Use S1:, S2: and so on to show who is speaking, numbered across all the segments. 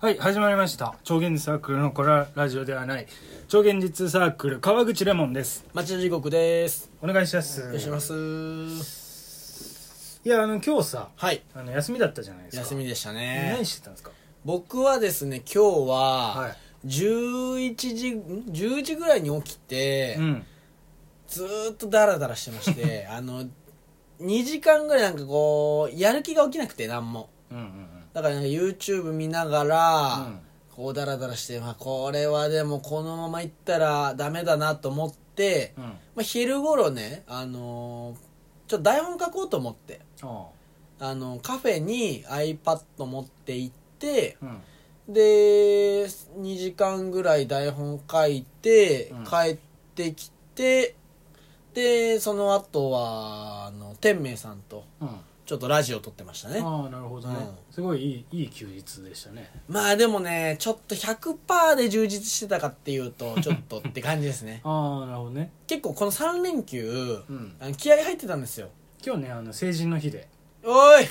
S1: はい、始まりました。超現実サークルのこれはラジオではない、超現実サークル、川口レモンです。
S2: 町の時刻です。
S1: お願いします。
S2: よろしくお願いします。
S1: いや、あの、今日さ、
S2: はい。
S1: あの、休みだったじゃないですか。
S2: 休みでしたね
S1: 何。してたんですか
S2: 僕はですね、今日
S1: は、
S2: はい11時、ん10時ぐらいに起きて
S1: う、ん。
S2: ずーっとダラダラしてま して、あの、2時間ぐらいなんかこう、やる気が起きなくて、なんも。
S1: うんうん
S2: だからなんか YouTube 見なが
S1: う
S2: ら、
S1: ん
S2: こうダラダラして、まあ、これはでもこのままいったらダメだなと思って、
S1: うん。うん。あ
S2: まあ、昼頃ね、あのーちょっと台本書こうと思って。
S1: あ。
S2: あのカフェに iPad 持って行って
S1: うん。
S2: で2時間ぐらい台本書いて、
S1: うん
S2: 帰ってきてでその後はあの天明さんと
S1: うん。
S2: ちょっとラジオ撮ってましたね
S1: ああ、なるほどね
S2: うん。
S1: すごいいい、いい休日でしたね。
S2: まあでもねちょっと100%で充実してたかっていうとちょっとって感じです ね
S1: ああ、なるほどね。
S2: 結構この3連休
S1: うん。
S2: あの気合入ってたんですよ
S1: 今日ね、あの、成人の日で。
S2: おい
S1: い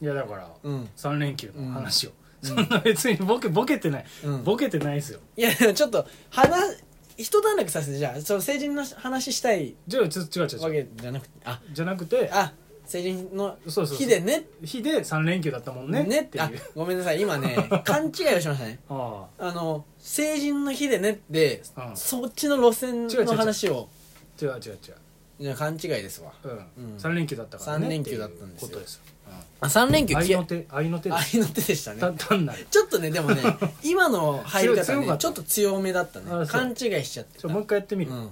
S1: や、だから、
S2: うん
S1: 3連休の話を。
S2: うん
S1: そんな別にボケ、ボケてない。
S2: うん
S1: ボケてないですよ。
S2: いやでもちょっと話一段落させてじゃあその成人の話したい
S1: じゃあ、ちょっと違う違う違う
S2: わ。けじゃなくてあ
S1: じゃなくて
S2: あ成人の
S1: そうそうそう
S2: 日でね
S1: 日で3連休だったもんね
S2: ねっ
S1: って
S2: て
S1: いう
S2: あごめんなさい 今ね勘違いをしましたね
S1: ああ
S2: あの成人の日でねって、
S1: うん
S2: そっちの路線
S1: 違う違う違
S2: の
S1: う
S2: 話を
S1: 違う違う違う、
S2: いや勘違いですわ
S1: うん
S2: うん
S1: 3連休だったからね
S2: 三連休だったんですよ
S1: っていうことですよ、
S2: あ3連
S1: う
S2: 休
S1: ん、愛
S2: き
S1: の手愛の手で
S2: 愛
S1: す
S2: の手でしたね
S1: た単なる
S2: ちょっとねで もね今の入り
S1: 強
S2: 方
S1: い強かっ
S2: ね
S1: た
S2: ちょっと強めだった
S1: あ
S2: ね
S1: そう
S2: 勘違いしちゃって
S1: ち
S2: た
S1: ょもう一回やってみる、
S2: う
S1: うん
S2: ん
S1: うん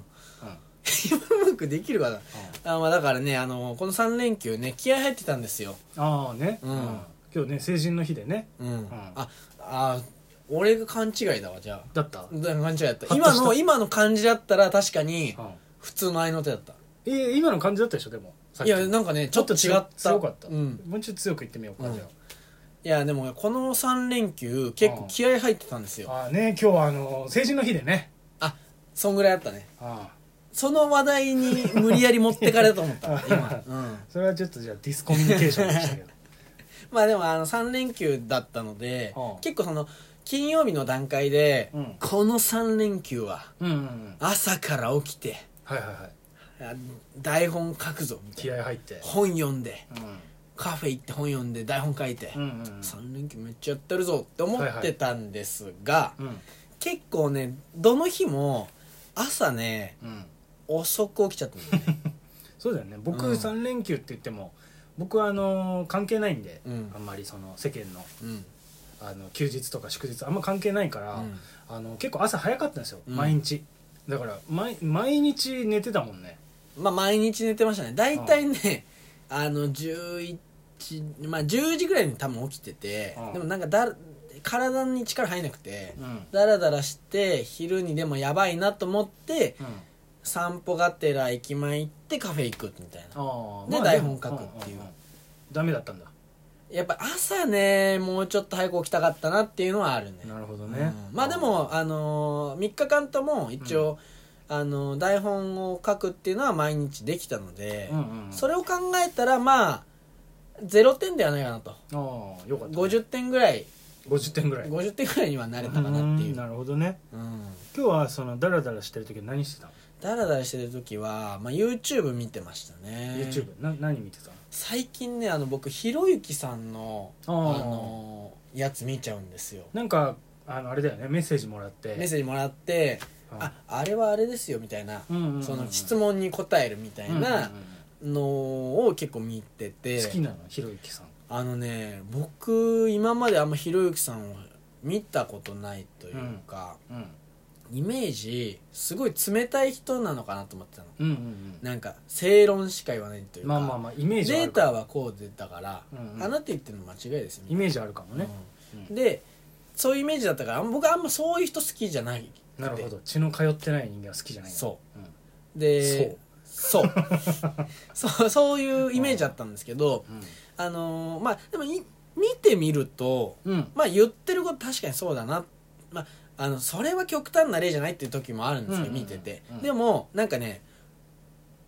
S2: うまくできるかなあまあだからねあのこの3連休ね気合入ってたんですよ
S1: ああね、
S2: うん
S1: 今日ね成人の日でね
S2: うん、
S1: ん
S2: ああ俺が勘違いだわじゃあ
S1: だった、うん
S2: だ勘違いだっ
S1: ハ
S2: た
S1: ッと
S2: 今
S1: した
S2: の今の感じだったら確かに普通の合いの手だった
S1: え今の感じだったでしょでもさっ
S2: い
S1: き
S2: やなんかねちょっと違っ
S1: も
S2: た
S1: 強強かった、
S2: うん、
S1: もうちょっと強く言ってみようか、
S2: うん
S1: じゃ
S2: いやでもこの3連休結構気合入ってたんですよ
S1: あああね今日はあの成人の日でね
S2: あそんぐらいあったね
S1: ああ
S2: その話題に無理やり持ってかれたと思った今、うん、
S1: それはちょっとじゃあディスコミュニケーションでした けど
S2: まあでもあの3連休だったので
S1: ああ
S2: 結構その金曜日の段階で、
S1: うん
S2: この3連休は
S1: うん、うんうん、
S2: 朝から起きて
S1: はいはいはい
S2: あ台本書くぞみたい
S1: 気
S2: な
S1: 合入って
S2: 本読んで
S1: う
S2: カフェ行って本読んで台本書いて、
S1: んうんうん
S2: 3連休めっちゃやってるぞって思ってたんですが、
S1: うん
S2: 結構ねどの日も朝ね
S1: うん
S2: 遅く起きちゃったんだよ ね
S1: そうだよね僕
S2: うん
S1: 3連休って言っても僕はあのー関係ないんで、
S2: うん
S1: あんまりその世間の
S2: うん
S1: あの休日とか祝日あんま関係ないから、
S2: うん
S1: あの結構朝早かったんですよ、
S2: うん
S1: 毎日だから毎毎日寝てたもんね
S2: まあ毎日寝てましたね大体ね、あの11まあ10時ぐらいに多分起きてて、
S1: うん
S2: でもなんかだ体に力入んなくて、
S1: うん
S2: だらだらして昼にでもやばいなと思って
S1: うん
S2: 散歩がてら駅前行ってカフェ行くみたいな
S1: あー
S2: で
S1: まあ
S2: 台本書くっていうん
S1: んんダメだったんだ
S2: やっぱ朝ねもうちょっと早く起きたかったなっていうのはあるね
S1: なるほどね、
S2: うんまあでも、あの3日間とも一応、あの台本を書くっていうのは毎日できたので、
S1: うんうんうん、
S2: そ
S1: れ
S2: れを考えたらまあ0点ではないかなと
S1: ああよかった、
S2: 50点ぐらい
S1: 50点ぐらい
S2: 50点ぐらいにはなれたかなっていう
S1: ーん
S2: う
S1: なるほどね
S2: ん
S1: 今日はそのダラダラしてる時何してたの、
S2: ダラダラしてる時は、まあ、YouTube 見てましたね
S1: YouTube な何見てたの
S2: 最近ねあの僕ひろゆきさんの
S1: あ
S2: あ
S1: ー
S2: のやつ見ちゃうんですよ
S1: なんかあのあれだよねメッセージもらって
S2: メッセージもらって「
S1: うん
S2: ああれはあれですよ」みたいな、
S1: うんうんうん
S2: その質問に答えるみたいな、
S1: うんうん
S2: のを結構見て
S1: うん
S2: て
S1: 好きなのひろゆきさん
S2: あのね僕今まであんまひろゆきさんを見たことないというか、
S1: うん
S2: イメージすごい冷たい人なのかなと思ってたの
S1: うんうん
S2: なんか正論しか言わないという
S1: まあ
S2: か、
S1: まあまあイメー
S2: デ
S1: ジはあ
S2: ー
S1: るか
S2: タはこうでだから、
S1: うんうん
S2: あなた言ってるの間違いですよ
S1: イメージあるかもね、
S2: うん
S1: う
S2: でそういうイメージだったから僕あんまそういう人好きじゃない
S1: なるほど血の通ってない人間は好きじゃない、
S2: そう
S1: うん
S2: うで そうそうそういうイメージだったんですけど、あのーまあでもい見てみると
S1: うんうん
S2: まあ言ってること確かにそうだな、まあ、あのそれは極端な例じゃないっていう時もあるんで
S1: う
S2: すよ、
S1: んうんうん
S2: 見てて、
S1: うん
S2: でもなんかね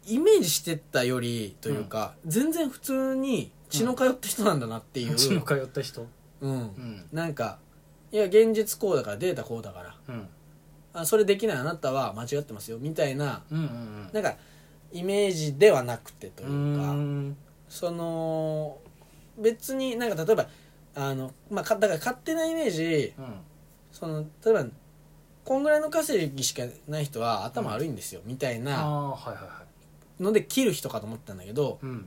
S2: イメージしてたよりというか、全然普通に血の通った人なんだなっていう、
S1: 血の通った人
S2: うん
S1: うん
S2: なんかいや現実こうだからデータこうだから
S1: うん
S2: あそれできないあなたは間違ってますよみたいな
S1: うんうん
S2: なんかイメージではなくてと
S1: う
S2: い
S1: ん
S2: うか
S1: うん
S2: その別になんか例えばあの、まあ、かだから勝手なイメージ
S1: うん
S2: その例えばこんぐらいの稼ぎしかない人は頭悪いんですよ、みたい
S1: あ
S2: な
S1: あはいはいはい
S2: ので切る人かと思ったんだけど、
S1: うん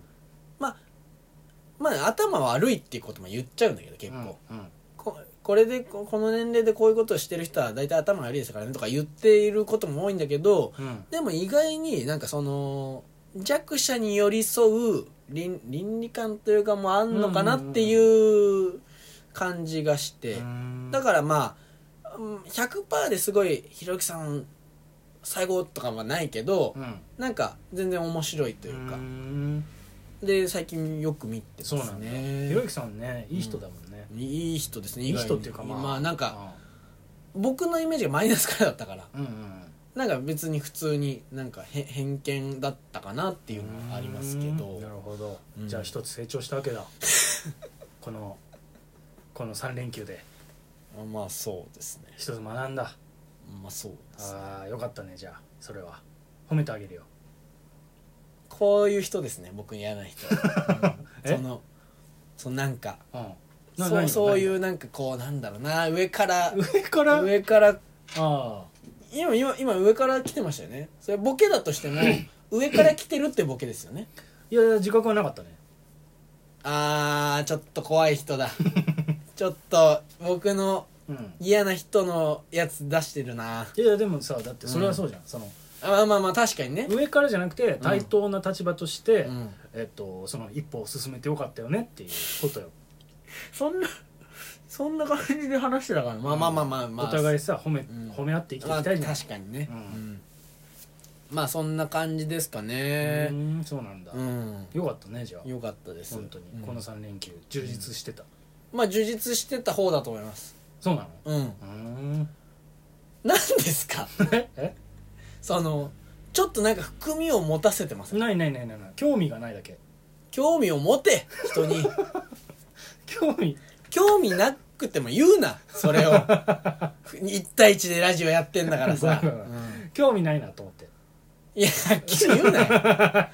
S2: まあ、頭悪いっていうことも言っちゃうんだけど結構、
S1: うん
S2: ここれでここの年齢でこういうことをしてる人は大体頭悪いですからねとか言っていることも多いんだけど
S1: うん
S2: でも意外になんかその弱者に寄り添う倫倫理観というかもあんのかなっていう感じがして。
S1: うん
S2: だからまあうん100%ですごいひろゆきさん最後とかはないけど
S1: うん
S2: なんか全然面白いというか
S1: ん
S2: で最近よく見てます
S1: そうなんだひろ
S2: ね
S1: ゆきさんねいい人だもんね
S2: いい人ですね
S1: いい人っていうか
S2: 意外
S1: まあ
S2: にまあなんか僕のイメージがマイナスからだったから
S1: うんうん
S2: なんか別に普通になんかへ偏見だったかなっていうのはありますけ
S1: う
S2: ど
S1: んなるほど
S2: うん
S1: じゃあ一つ成長したわけだ このこの3連休で
S2: まあそうですね
S1: 一つ学んだ
S2: まあそうですね
S1: ああよかったねじゃあそれは褒めてあげるよ
S2: こういう人ですね僕に嫌な 人、うん
S1: え
S2: そのそのなんか
S1: うんな
S2: そう
S1: 何
S2: そういう
S1: 何
S2: なんかこうなんだろうな上から
S1: 上からあ
S2: 上から
S1: あ
S2: 今今今上から来てましたよねそれボケだと しても上から来てるってボケですよね
S1: いやいや自覚はなかったね
S2: あーちょっと怖い 人だちょっと僕の
S1: うん
S2: 嫌な人のやつ出してるない
S1: やいやでもさだってそれはそうじゃん、その
S2: あまあまあまあ確かにね
S1: 上からじゃなくて対等な立場として、
S2: うん
S1: えっと、その一歩を進めてよかったよねっていうことよ、
S2: そんなそんな感じで話してたからまあまあまあまあまあ
S1: お互いさ褒め,、
S2: ん
S1: 褒め合って生きて
S2: ま
S1: い
S2: あ
S1: きたいじゃん、
S2: 確かにね
S1: うん
S2: うんまあそんな感じですか
S1: う
S2: ね
S1: ーんそうなんだ、
S2: うん
S1: よかったねじゃあ
S2: よかったです
S1: 本当に、
S2: うん
S1: この3連休充実してた、
S2: まあ充実してた方だと思います
S1: そうなの
S2: うん
S1: うーん
S2: 何ですか
S1: え
S2: そのちょっとなんか含みを持たせてます
S1: ないないないないない興味がないだけ
S2: 興味を持て人に
S1: 興味
S2: 興味なくても言うなそれを一対一でラジオやってんだか らさ、
S1: ごめんごめん
S2: うん
S1: 興味ないなと思って
S2: いやはっきり言 うなよな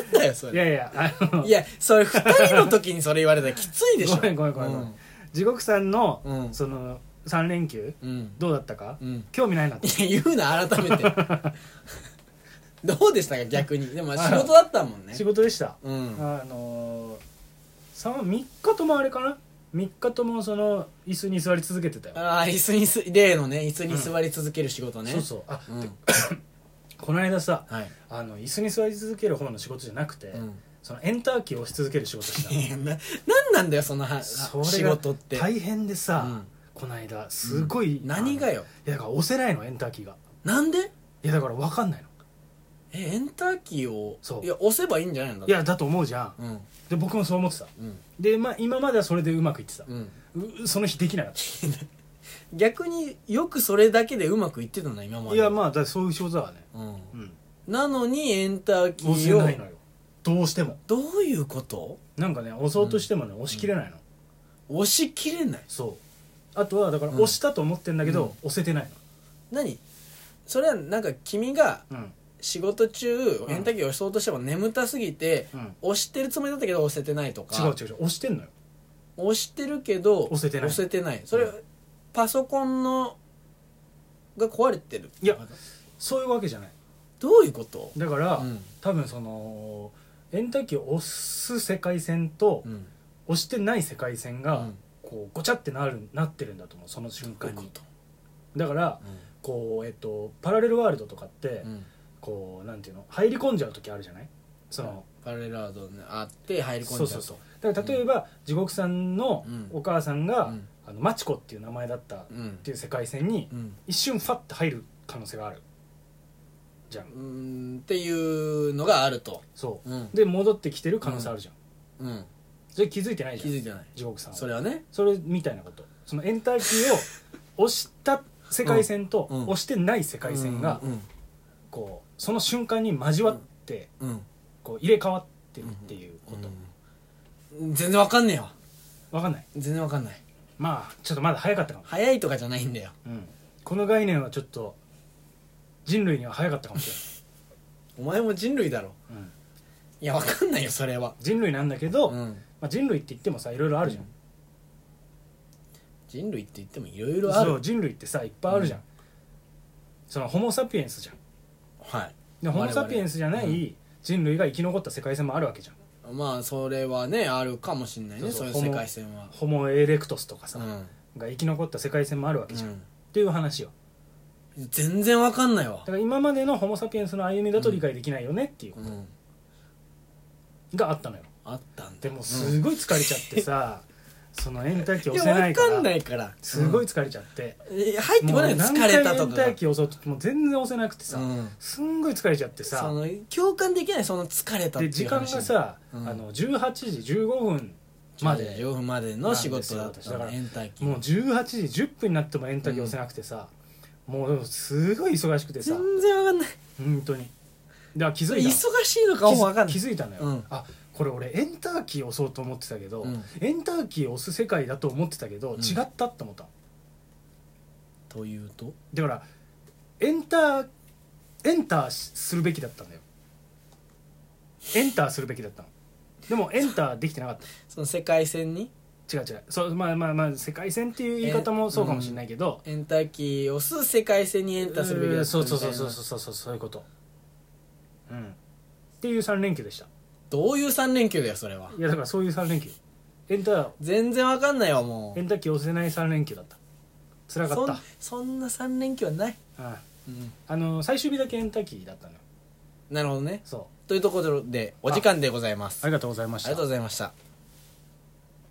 S2: んだよそ
S1: い
S2: れ
S1: やいやあの
S2: いやそれ2人の時にそれ言われたらきついでしょ
S1: ごめんごめんごめんごめん地獄さんの、
S2: うん
S1: その3連休
S2: うんうん
S1: どうだったか、
S2: うん
S1: 興味ないなって
S2: いや言うな改めて どうでしたか逆にでも仕事だったもんね
S1: 仕事でした、
S2: うん
S1: あのー、3, 3日ともあれかな3日ともその椅子に座り続けてたよ、
S2: ああ椅子にす例のね椅子に座り続ける仕事ね、
S1: そうそうあ、
S2: うん
S1: でこの間さ
S2: はい、
S1: あの椅子に座り続ける方の仕事じゃなくて、
S2: うん
S1: そのエンターキーを押し続ける仕事した
S2: いやななんなんだよそのは
S1: それが
S2: 仕事って
S1: 大変でさ、
S2: うん
S1: この間すごい、
S2: 何
S1: あ
S2: が
S1: の
S2: よ
S1: いやだから押せないのエンターキーが
S2: なんで
S1: いやだから分かんないの
S2: えエンターキーを
S1: そう
S2: いや押せばいいんじゃないの
S1: いやだと思うじゃん
S2: うん
S1: で僕もそう思ってた
S2: うん
S1: で、まあ、今まではそれでうまくいってた、
S2: うん
S1: うその日できなかっ
S2: 逆によくそれだけでうまくいってたんだ今ま
S1: た
S2: で
S1: いやまあだからそういう仕事だわね、
S2: あ、うん、
S1: うん、
S2: なのにエンターキ
S1: 押せな
S2: ー
S1: い
S2: を
S1: のよどうしても
S2: どういうこと
S1: なんかね押そうとしてもね、押し切れないの、
S2: 押し切れない
S1: そうあとはだから
S2: うん
S1: 押したと思ってんだけど、
S2: うん
S1: 押せてない
S2: 何それはなんか君が
S1: のうん
S2: 仕事中
S1: ん
S2: エンターキーを押そうとしても眠たすぎて、
S1: うん
S2: 押してるつもりだったけど押せてないとか
S1: 違う違う違う押してんのよ
S2: 押してるけど
S1: 押せてない
S2: 押せてないそれ、
S1: うん
S2: パソコンのが壊れてる
S1: いやそういうわけじゃない
S2: どういうこと
S1: だから、
S2: うん
S1: 多分そのエンターキーを押す世界線と、
S2: うん
S1: 押してない世界線
S2: う
S1: が
S2: ん
S1: こうごちゃってなるなってるんだと思うその瞬
S2: どう
S1: 間
S2: いうこ
S1: に
S2: と
S1: だからこうえっとパラレルワールドとかって、
S2: うん
S1: こうなんていうの入り込んじゃう時あるじゃないその、
S2: パレラードにあって入り込んじ
S1: そ
S2: ゃ
S1: う
S2: う
S1: そうそうだから例えば、地獄さんの
S2: うん
S1: お母さんが、
S2: うん
S1: あのマチコっていう名前だったっ
S2: うん
S1: ていう世界線に
S2: うん
S1: 一瞬ファッて入る可能性があるじゃん
S2: うんっていうのがあると
S1: そう、
S2: うん
S1: で戻ってきてる可能性あるじゃん、
S2: うん
S1: それ気づいてないじ
S2: 気
S1: ゃん
S2: づいてない
S1: 地獄さんは
S2: それはね
S1: それみたいなことそのエンターキーを押した世界線と
S2: うんうん
S1: 押してない世界線が
S2: うん
S1: こうその瞬間に交わって
S2: うんうん
S1: こう入れ替わってるっていうこと
S2: うん全然わかんねえわ
S1: わかんない
S2: 全然わかんない
S1: まあちょっとまだ早かったかも、
S2: 早いとかじゃないんだよ
S1: うん、この概念はちょっと人類には早かったかもし
S2: お前も人類だろ
S1: れない、うん、
S2: いやわかんないよそれは
S1: 人類なんだけど、
S2: う
S1: ま
S2: ん
S1: あ、人類って言ってもさいろいろあるじゃん、
S2: 人類って言ってもいろいろあ
S1: そ
S2: る
S1: う人類ってさいっぱいあるじゃん、そのホモ・サピエンスじゃん
S2: はい
S1: でホモ・サピエンスじゃな
S2: 我々
S1: い人類が生き残った世界線もあるわけじゃん
S2: まあそれはねあるかもしんないね
S1: そ
S2: そうう
S1: そう
S2: いう世界線は
S1: ホモ・エレクトスとか
S2: う
S1: さ、
S2: ん、
S1: が生き残った世界線もあるわけじゃん、
S2: うん
S1: っていう話よ
S2: 全然わかんないわ
S1: だから今までのホモ・サピエンスの歩みだと理解できないよねっていう、
S2: うん
S1: があったのよ
S2: あったん
S1: で
S2: だ
S1: もすごい疲れちゃってさ、そのエンターキー
S2: いや
S1: 押せな
S2: わ
S1: いか
S2: かんな
S1: ら
S2: いから
S1: すごい
S2: い
S1: 疲れちゃって、
S2: 入ってこ
S1: もう
S2: ないの
S1: 何
S2: 疲
S1: 回
S2: れ
S1: も
S2: た
S1: エ
S2: と
S1: ン
S2: か
S1: タ
S2: が
S1: ーキー押そうともう全然押せなくてさ、
S2: うん
S1: すんごい疲れちゃって
S2: そ
S1: さ
S2: の共感できないその疲れたって
S1: で
S2: いう
S1: 時間がさ、
S2: うん
S1: あの18時15分ま
S2: ま
S1: で
S2: で両方までの仕事だった
S1: だか
S2: の
S1: ら
S2: エンターキー
S1: もう18時10分になってもエンターキー押せなくてさ、もうすごい忙しくてさ
S2: 全然わかんない
S1: 本当にだから気づいた
S2: 忙
S1: の
S2: しいのかもわかんない
S1: 気づいたのよ、
S2: うん
S1: あこれ俺エンターキー押そうと思ってたけど、
S2: うん
S1: エンターキー押す世界だと思ってたけど
S2: うん
S1: 違ったって思ったの、
S2: というと
S1: だからエンターエンターするべきだったんだよエンターするべきだったのでもエンターできてなかっ
S2: その世界線に
S1: た違う違うそうまあまあまあ世界線っていう言い方もそうかもしれないけど、
S2: エンターキーを押す世界線にエンターするべきだった
S1: そうそうそうそう
S2: みたいな
S1: そうそうそういうことうんっていう3連休でした
S2: どういう3連休だよそれはい
S1: やだからそういう3連休エンター
S2: 全然わかんないわも
S1: エ
S2: う
S1: ンターキー押せない3連休だった辛か
S2: そ
S1: っ
S2: んそんな3連休はない、
S1: た、うん、
S2: うん、
S1: あの最終日だけエンターキーだったのよ
S2: なるほどね
S1: そ
S2: というところでお時間でございま
S1: うあ
S2: すあ
S1: りがとうございまし
S2: りが
S1: た
S2: とうございました